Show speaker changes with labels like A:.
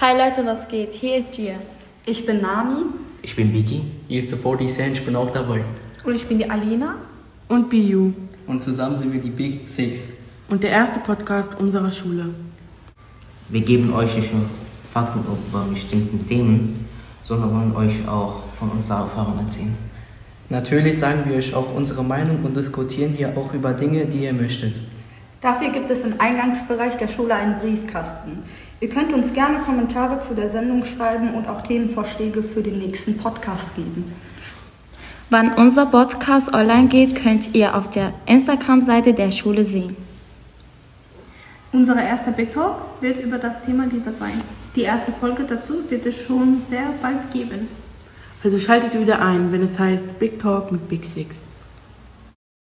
A: Hi Leute, was geht? Hier ist Gia.
B: Ich bin Nami.
C: Ich bin Vicky, hier ist der 40 Cent, ich bin auch dabei.
D: Und ich bin die Alina.
E: Und Biu.
F: Und zusammen sind wir die Big Six.
E: Und der erste Podcast unserer Schule.
G: Wir geben euch nicht nur Fakten über bestimmte Themen, sondern wollen euch auch von unserer Erfahrung erzählen.
F: Natürlich sagen wir euch auch unsere Meinung und diskutieren hier auch über Dinge, die ihr möchtet.
B: Dafür gibt es im Eingangsbereich der Schule einen Briefkasten. Ihr könnt uns gerne Kommentare zu der Sendung schreiben und auch Themenvorschläge für den nächsten Podcast geben.
A: Wann unser Podcast online geht, könnt ihr auf der Instagram-Seite der Schule sehen.
D: Unser erster Big Talk wird über das Thema Liebe sein. Die erste Folge dazu wird es schon sehr bald geben.
E: Also schaltet wieder ein, wenn es heißt Big Talk mit Big Six.